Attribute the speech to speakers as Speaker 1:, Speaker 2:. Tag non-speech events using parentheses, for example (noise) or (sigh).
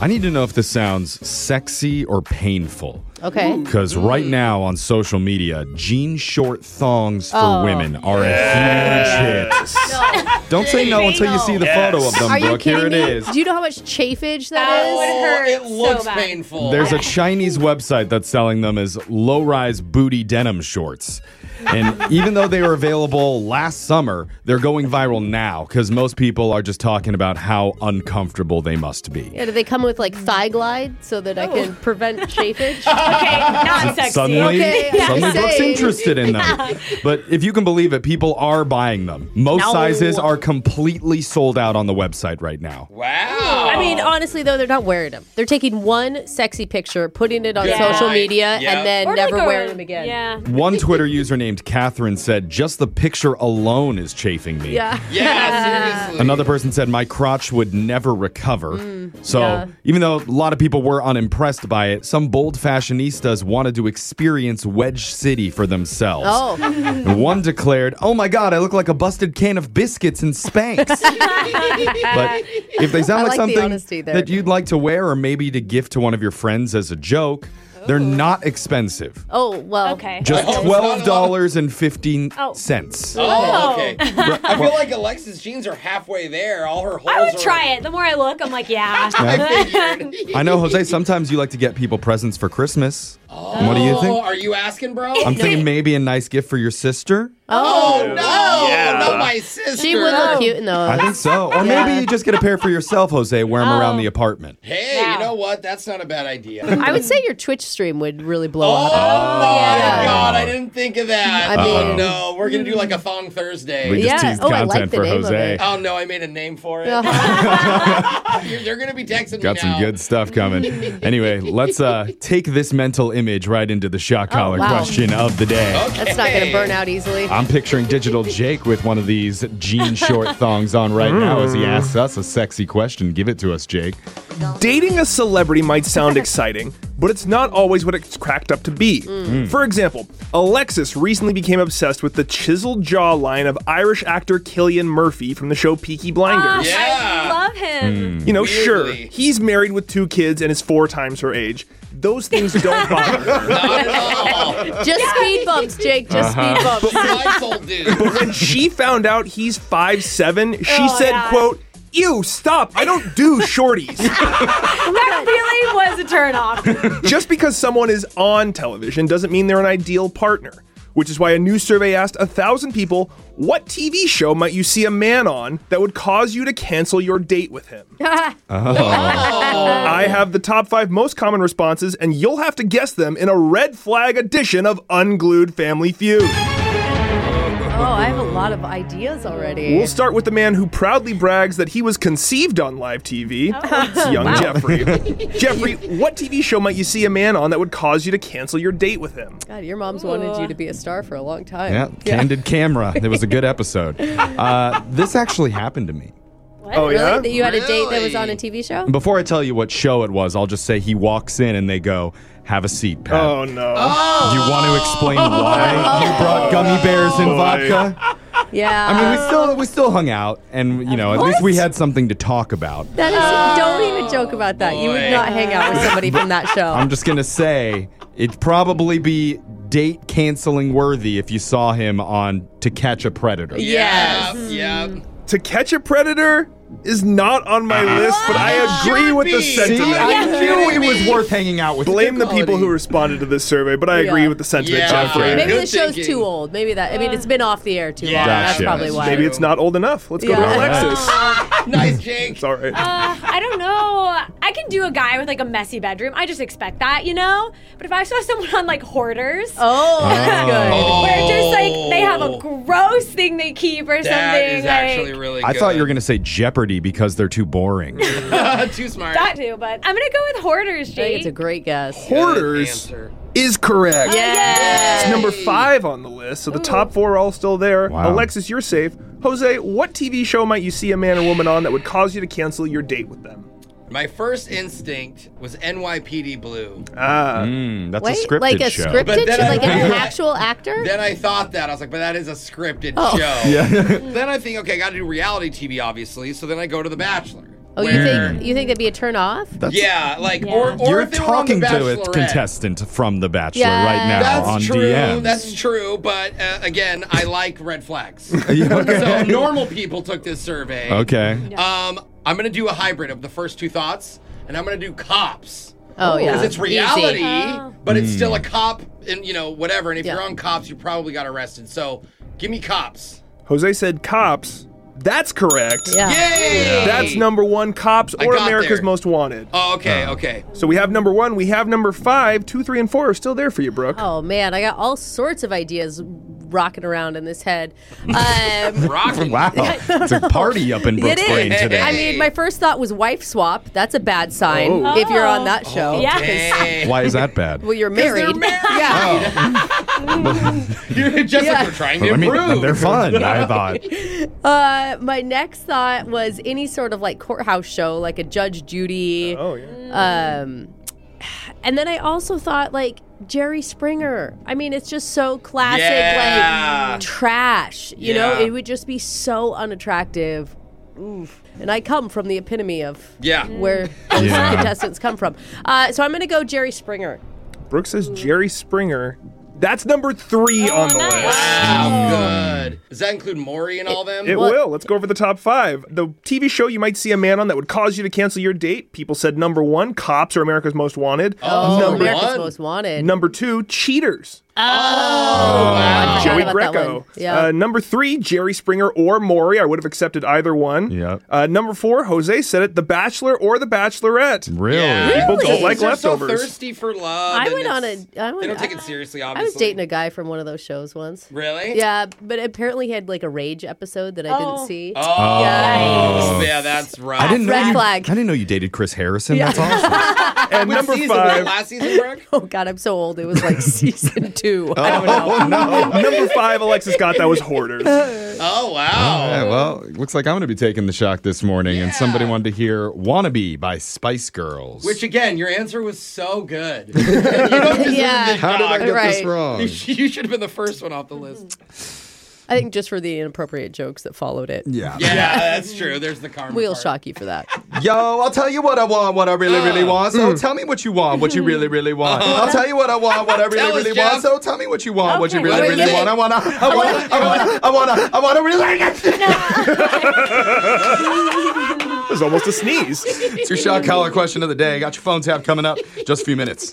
Speaker 1: I need to know if this sounds sexy or painful.
Speaker 2: Okay.
Speaker 1: Because
Speaker 2: Mm.
Speaker 1: right now on social media, jean short thongs for
Speaker 2: Oh.
Speaker 1: women are a huge hit. Don't say no until you see the
Speaker 3: Yes.
Speaker 1: photo of them,
Speaker 2: Are you
Speaker 1: Brooke. Here
Speaker 2: kidding
Speaker 1: it
Speaker 2: me?
Speaker 1: is.
Speaker 2: Do you know how much chafage that is?
Speaker 3: Oh, it looks
Speaker 4: bad.
Speaker 3: painful.
Speaker 1: There's a Chinese website that's selling them as low rise booty denim shorts. And even though they were available last summer, they're going viral now because most people are just talking about how uncomfortable they must be.
Speaker 2: Yeah, do they come with like thigh glide so that I can (laughs) prevent chafage?
Speaker 4: Okay, not sexy.
Speaker 1: Suddenly,
Speaker 2: (laughs) Okay, I'm
Speaker 1: suddenly
Speaker 2: just
Speaker 1: Brooke's
Speaker 2: saying.
Speaker 1: interested in them. But if you can believe it, people are buying them. Most
Speaker 2: No.
Speaker 1: sizes are completely sold out on the website right now.
Speaker 3: wow.
Speaker 2: I mean, oh. honestly though, they're not wearing them. They're taking one sexy picture, putting it on
Speaker 3: Yeah.
Speaker 2: social
Speaker 3: Right.
Speaker 2: media,
Speaker 3: Yeah.
Speaker 2: and then
Speaker 4: Or
Speaker 2: never
Speaker 4: like a-
Speaker 2: wearing them again.
Speaker 4: Yeah.
Speaker 1: One Twitter user named Catherine said, Just the picture alone is chafing me.
Speaker 2: Yeah.
Speaker 3: yeah, seriously.
Speaker 1: Another person said, My crotch would never recover.
Speaker 2: Mm.
Speaker 1: so, even though a lot of people were unimpressed by it, some bold fashionistas wanted to experience Wedge City for themselves.
Speaker 2: (laughs) Oh.
Speaker 1: And One declared, Oh my God, I look like a busted can of biscuits and Spanx. but if they sound
Speaker 2: I
Speaker 1: like,
Speaker 2: like the honesty
Speaker 1: something
Speaker 2: there.
Speaker 1: that you'd like to wear or maybe to gift to one of your friends as a joke, they're not expensive.
Speaker 2: Oh well.
Speaker 4: Okay.
Speaker 1: Just
Speaker 3: Oh, it's not a lot.
Speaker 1: $12.15.
Speaker 2: (laughs)
Speaker 3: Oh, okay. I feel like Alexa's jeans are halfway there. All her holes
Speaker 4: I would
Speaker 3: are.
Speaker 4: try it. The more I look, I'm like, yeah.
Speaker 3: I
Speaker 2: (laughs)
Speaker 3: figured.
Speaker 1: I know, Jose, sometimes you like to get people presents for Christmas. What do you
Speaker 3: Oh,
Speaker 1: think?
Speaker 3: are you asking, bro?
Speaker 1: I'm thinking maybe a nice gift for your sister.
Speaker 3: Oh no,
Speaker 5: Yeah.
Speaker 3: not my sister.
Speaker 2: She would look cute in those.
Speaker 1: I think
Speaker 2: Oh.
Speaker 1: so. Or maybe you just get a pair for yourself, Jose, wear them around the apartment.
Speaker 3: Hey,
Speaker 4: Yeah.
Speaker 3: you know what? That's not a bad idea.
Speaker 2: I would say your Twitch stream would really blow
Speaker 3: Oh
Speaker 2: up.
Speaker 3: my
Speaker 1: Oh.
Speaker 2: yeah.
Speaker 3: god, I didn't think of that.
Speaker 2: I
Speaker 3: oh
Speaker 2: mean-
Speaker 3: no, we're gonna do like a thong Thursday.
Speaker 1: We just
Speaker 2: Yeah.
Speaker 1: teased
Speaker 2: Oh, I
Speaker 1: content
Speaker 2: like the
Speaker 1: for
Speaker 2: name of
Speaker 1: Jose.
Speaker 2: it.
Speaker 3: Oh no, I made a name
Speaker 2: (laughs)
Speaker 3: for it. You're, you're gonna be texting
Speaker 1: Got
Speaker 3: me
Speaker 1: some
Speaker 3: now.
Speaker 1: good stuff coming. anyway, let's uh, take this mental image right into the shot collar
Speaker 2: wow.
Speaker 1: question of the day.
Speaker 3: Okay.
Speaker 2: That's not going to burn
Speaker 1: (laughs)
Speaker 2: out easily.
Speaker 1: I'm picturing Digital Jake with one of these jean short thongs on right now as he asks us a sexy question. Give it to us, Jake.
Speaker 5: Dating a celebrity
Speaker 4: (laughs)
Speaker 5: might sound exciting, but it's not always what it's cracked up to be.
Speaker 4: Mm.
Speaker 5: For example, Alexis recently became obsessed with the chiseled jawline of Irish actor Killian Murphy from the show Peaky Blinders.
Speaker 3: Yeah.
Speaker 4: Ah, I love him.
Speaker 5: You know, sure,
Speaker 3: Weirdly.
Speaker 5: he's married with two kids and is four times her age. Those things
Speaker 4: (laughs)
Speaker 5: don't bother her.
Speaker 3: Not at all.
Speaker 2: Just speed bumps, Jake. Just
Speaker 1: Uh-huh.
Speaker 2: speed bumps.
Speaker 3: Nice
Speaker 1: (laughs)
Speaker 3: old dude.
Speaker 5: When she found out he's five seven, she
Speaker 4: Oh,
Speaker 5: said,
Speaker 4: yeah.
Speaker 5: quote, Ew, stop, I don't
Speaker 4: (laughs)
Speaker 5: do shorties.
Speaker 4: That feeling was a turnoff. Uh,
Speaker 5: Just because someone is on television doesn't mean they're an ideal partner, which is why a new survey asked a thousand people what TV show might you see a man on that would cause you to cancel your date
Speaker 2: (laughs)
Speaker 5: with him.
Speaker 3: Oh,
Speaker 4: (laughs)
Speaker 5: I have the top five most common responses, and you'll have to guess them in a red flag edition of Unglued Family Feud.
Speaker 2: Oh, I have a lot of ideas already.
Speaker 5: We'll start with the man who proudly brags that he was conceived on live TV.
Speaker 2: Oh.
Speaker 5: It's young
Speaker 2: (laughs)
Speaker 5: Jeffrey. Jeffrey, what TV show might you see a man on that would cause you to cancel your date with him?
Speaker 2: God, your mom's wanted you to be a star for a long time.
Speaker 1: Yeah, candid camera. It was a good episode. Uh, this actually happened to me.
Speaker 5: Oh,
Speaker 2: Really?
Speaker 5: yeah?
Speaker 2: That you had a date that was
Speaker 3: Really?
Speaker 2: on a TV show?
Speaker 1: Before I tell you what show it was, I'll just say he walks in and they go, "Have a seat, Pat."
Speaker 5: Oh no.
Speaker 1: Do you want to explain why you brought gummy bears
Speaker 5: Oh,
Speaker 1: and vodka?
Speaker 2: Yeah.
Speaker 1: I mean, we still we still hung out, and you know, at least we had something to talk about.
Speaker 2: that is, don't even joke about that. You would
Speaker 3: Oh. boy.
Speaker 2: not hang out with somebody from that show.
Speaker 1: I'm just gonna say it'd probably be date canceling worthy if you saw him on To Catch a Predator.
Speaker 3: Yeah. Yeah.
Speaker 5: To Catch a Predator is not on my list, but I
Speaker 3: Uh-huh. Should
Speaker 5: agree with the
Speaker 3: be.
Speaker 1: See,
Speaker 5: sentiment.
Speaker 1: I knew it
Speaker 3: kidding
Speaker 1: was
Speaker 3: me?
Speaker 1: worth hanging out with.
Speaker 5: Blame the people who responded to this survey, but I agree
Speaker 2: Yeah.
Speaker 5: with the sentiment,
Speaker 3: Yeah.
Speaker 5: Jeffrey.
Speaker 2: Maybe
Speaker 3: Good
Speaker 2: the show's
Speaker 3: thinking.
Speaker 2: too old. Maybe that. I mean, it's been off the air too
Speaker 3: Yeah.
Speaker 2: long. That's
Speaker 1: Gotcha.
Speaker 2: probably why.
Speaker 5: Maybe it's not old enough. Let's go
Speaker 2: Yeah.
Speaker 5: to Alexis.
Speaker 3: (laughs) Nice, Jake.
Speaker 5: It's all right.
Speaker 4: Uh, I don't know. I can do a guy with like a messy bedroom. I just expect that, you know? But if I saw someone on like hoarders.
Speaker 2: Oh, that's good.
Speaker 4: Where just like they have a gross thing they keep or
Speaker 3: Oh. That
Speaker 4: something.
Speaker 3: is actually
Speaker 4: like,
Speaker 3: really.
Speaker 1: I
Speaker 3: good.
Speaker 1: thought you were gonna say Jeopardy because they're too boring.
Speaker 3: gonna (laughs) too smart.
Speaker 4: that too, but I'm gonna go with hoarders,
Speaker 2: I think
Speaker 4: Jake.
Speaker 2: it's a great guess.
Speaker 3: Good
Speaker 5: Hoarders
Speaker 3: answer.
Speaker 5: is correct.
Speaker 2: Yeah.
Speaker 5: It's number five on the list, so the top four are all still there.
Speaker 1: Wow.
Speaker 5: Alexis, you're safe. Jose, what TV show might you see a man or woman on that would cause you to cancel your date with them?
Speaker 3: My first instinct was NYPD Blue.
Speaker 5: Ah,
Speaker 1: Hmm, that's a
Speaker 2: Wait,
Speaker 1: scripted
Speaker 2: like a
Speaker 1: show.
Speaker 2: scripted,
Speaker 3: But then
Speaker 2: show?
Speaker 3: I-
Speaker 2: like an actual actor?
Speaker 3: Then I thought that. I was like, but that is a
Speaker 1: (laughs)
Speaker 4: Oh.
Speaker 3: scripted show. then I think, okay, I got to do reality TV, obviously. So then I go to The Bachelor.
Speaker 2: Oh, you
Speaker 3: Where-
Speaker 2: think you think that'd be a turn off?
Speaker 1: That's,
Speaker 3: Yeah, like
Speaker 4: Yeah.
Speaker 3: or or
Speaker 1: You're
Speaker 3: if they were on
Speaker 1: talking
Speaker 3: The
Speaker 1: to a
Speaker 3: Bachelorette.
Speaker 1: contestant from The Bachelor
Speaker 2: Yeah.
Speaker 1: right now
Speaker 3: That's
Speaker 1: on
Speaker 3: true.
Speaker 1: DM.
Speaker 3: That's true. But uh, again, I like red flags.
Speaker 1: (laughs) Yeah, okay.
Speaker 3: so normal people took this survey.
Speaker 1: okay.
Speaker 3: Um, I'm gonna do a hybrid of the first two thoughts, and I'm gonna do cops.
Speaker 2: Oh yeah,
Speaker 3: Because it's
Speaker 2: Easy.
Speaker 3: reality,
Speaker 4: Oh.
Speaker 3: but it's still a
Speaker 1: Hmm.
Speaker 3: cop, and you know whatever. And if
Speaker 2: Yeah.
Speaker 3: you're on cops, you probably got arrested. So, give me cops.
Speaker 5: Jose said cops. That's correct.
Speaker 2: Yeah.
Speaker 3: Yay!
Speaker 5: That's number one, cops or
Speaker 3: got
Speaker 5: America's
Speaker 3: there.
Speaker 5: Most Wanted.
Speaker 3: Oh, okay, okay.
Speaker 5: So we have number one, we have number five, two, three, and four are still there for you, Brooke.
Speaker 2: Oh man, I got all sorts of ideas rocking around in this head. Um,
Speaker 1: (laughs)
Speaker 3: Rocky.
Speaker 1: Wow. It's a party up in
Speaker 2: (laughs) It
Speaker 1: Brooke's
Speaker 2: is.
Speaker 1: brain today.
Speaker 2: I mean, my first thought was wife swap. That's a bad sign
Speaker 5: Oh.
Speaker 2: if you're on that show.
Speaker 4: Yeah.
Speaker 3: Hey.
Speaker 1: Why is that bad?
Speaker 2: Well, you're
Speaker 3: 'Cause they're
Speaker 2: married.
Speaker 3: married.
Speaker 2: Yeah.
Speaker 3: You're just
Speaker 2: Yeah.
Speaker 3: like we're trying to
Speaker 1: I mean,
Speaker 3: improve.
Speaker 1: they're fun, I thought.
Speaker 2: Uh, my next thought was any sort of like courthouse show, like a Judge Judy.
Speaker 5: Oh, yeah.
Speaker 2: Um, (sighs) and then I also thought like Jerry Springer. I mean, it's just so classic,
Speaker 3: Yeah.
Speaker 2: like trash. You know,
Speaker 3: Yeah.
Speaker 2: it would just be so unattractive. Oof. And I come from the epitome of
Speaker 3: (laughs) Yeah.
Speaker 2: where those
Speaker 1: Yeah.
Speaker 2: contestants come from. Uh, so I'm going to go Jerry Springer.
Speaker 5: Brooke says Jerry Springer. That's number three on the
Speaker 4: nice.
Speaker 5: list.
Speaker 1: Hmm.
Speaker 3: Wow, Oh, good. Does that include Maury and all them?
Speaker 5: It
Speaker 2: What-
Speaker 5: will. Let's go over the top five. The TV show you might see a man on that would cause you to cancel your date. People said number one, cops are America's Most Wanted.
Speaker 3: Oh,
Speaker 2: Oh,
Speaker 5: number,
Speaker 2: America's
Speaker 3: one.
Speaker 2: Most Wanted.
Speaker 5: number two, cheaters. Oh,
Speaker 3: wow.
Speaker 2: forgot
Speaker 5: Joey
Speaker 2: about that
Speaker 5: Greco.
Speaker 2: one. Yeah.
Speaker 5: Uh, number three, Jerry Springer or Maury. I would have accepted either one.
Speaker 1: Yep.
Speaker 5: Uh, number four, Jose said it, The Bachelor or The Bachelorette.
Speaker 1: Really?
Speaker 3: Yeah.
Speaker 5: People don't
Speaker 2: Really?
Speaker 5: like
Speaker 3: They're so
Speaker 5: leftovers.
Speaker 3: thirsty for love.
Speaker 2: I
Speaker 3: and
Speaker 2: went on
Speaker 3: it's-
Speaker 2: a- I
Speaker 3: they
Speaker 2: went-
Speaker 3: don't take
Speaker 2: I-
Speaker 3: it seriously,
Speaker 2: I was
Speaker 3: obviously.
Speaker 2: dating a guy from one of those shows once.
Speaker 3: Really?
Speaker 2: Yeah, but apparently he had like a rage episode that I
Speaker 4: Oh.
Speaker 2: didn't see.
Speaker 3: Oh.
Speaker 2: Yeah.
Speaker 3: Yeah, that's right.
Speaker 1: I didn't know
Speaker 2: Red
Speaker 1: you,
Speaker 2: flag.
Speaker 1: I didn't know you dated Chris Harrison. That's awesome.
Speaker 5: and
Speaker 3: What
Speaker 5: number
Speaker 3: season was it,
Speaker 5: five,
Speaker 3: last season, Brooke?
Speaker 2: (laughs) Oh god, I'm so old. It was like (laughs) season two. (laughs) I don't know.
Speaker 1: oh no.
Speaker 5: number five, Alexis got that was hoarders.
Speaker 3: Oh wow.
Speaker 1: Yeah, well, it looks like I'm going to be taking the shock this morning, and somebody wanted to hear "Wannabe" by Spice Girls.
Speaker 3: Which again, your answer was so good. you (laughs) don't deserve
Speaker 2: Yeah.
Speaker 3: this
Speaker 1: how did I
Speaker 3: job.
Speaker 1: get this
Speaker 2: Right.
Speaker 1: wrong?
Speaker 3: You should have been the first one off the list.
Speaker 2: I think just for the inappropriate jokes that followed it.
Speaker 1: Yeah.
Speaker 3: Yeah, that's true. There's the karma.
Speaker 2: We'll
Speaker 3: part.
Speaker 2: shock you for that.
Speaker 1: Yo, I'll tell you what I want, what I really, really want. So tell me what you want, what you really, really want. I'll tell you what I want, what I really,
Speaker 3: Tell us,
Speaker 1: really
Speaker 3: Jeff.
Speaker 1: want. So tell me what you want, what you
Speaker 4: Okay.
Speaker 1: really,
Speaker 3: What is
Speaker 1: really
Speaker 3: it?
Speaker 1: want. I wanna, I wanna, I wanna, I wanna, I wanna
Speaker 4: (laughs)
Speaker 1: really.
Speaker 5: It was almost a sneeze.
Speaker 1: It's your shock collar question of the day. Got your phone tap coming up. Just a few minutes.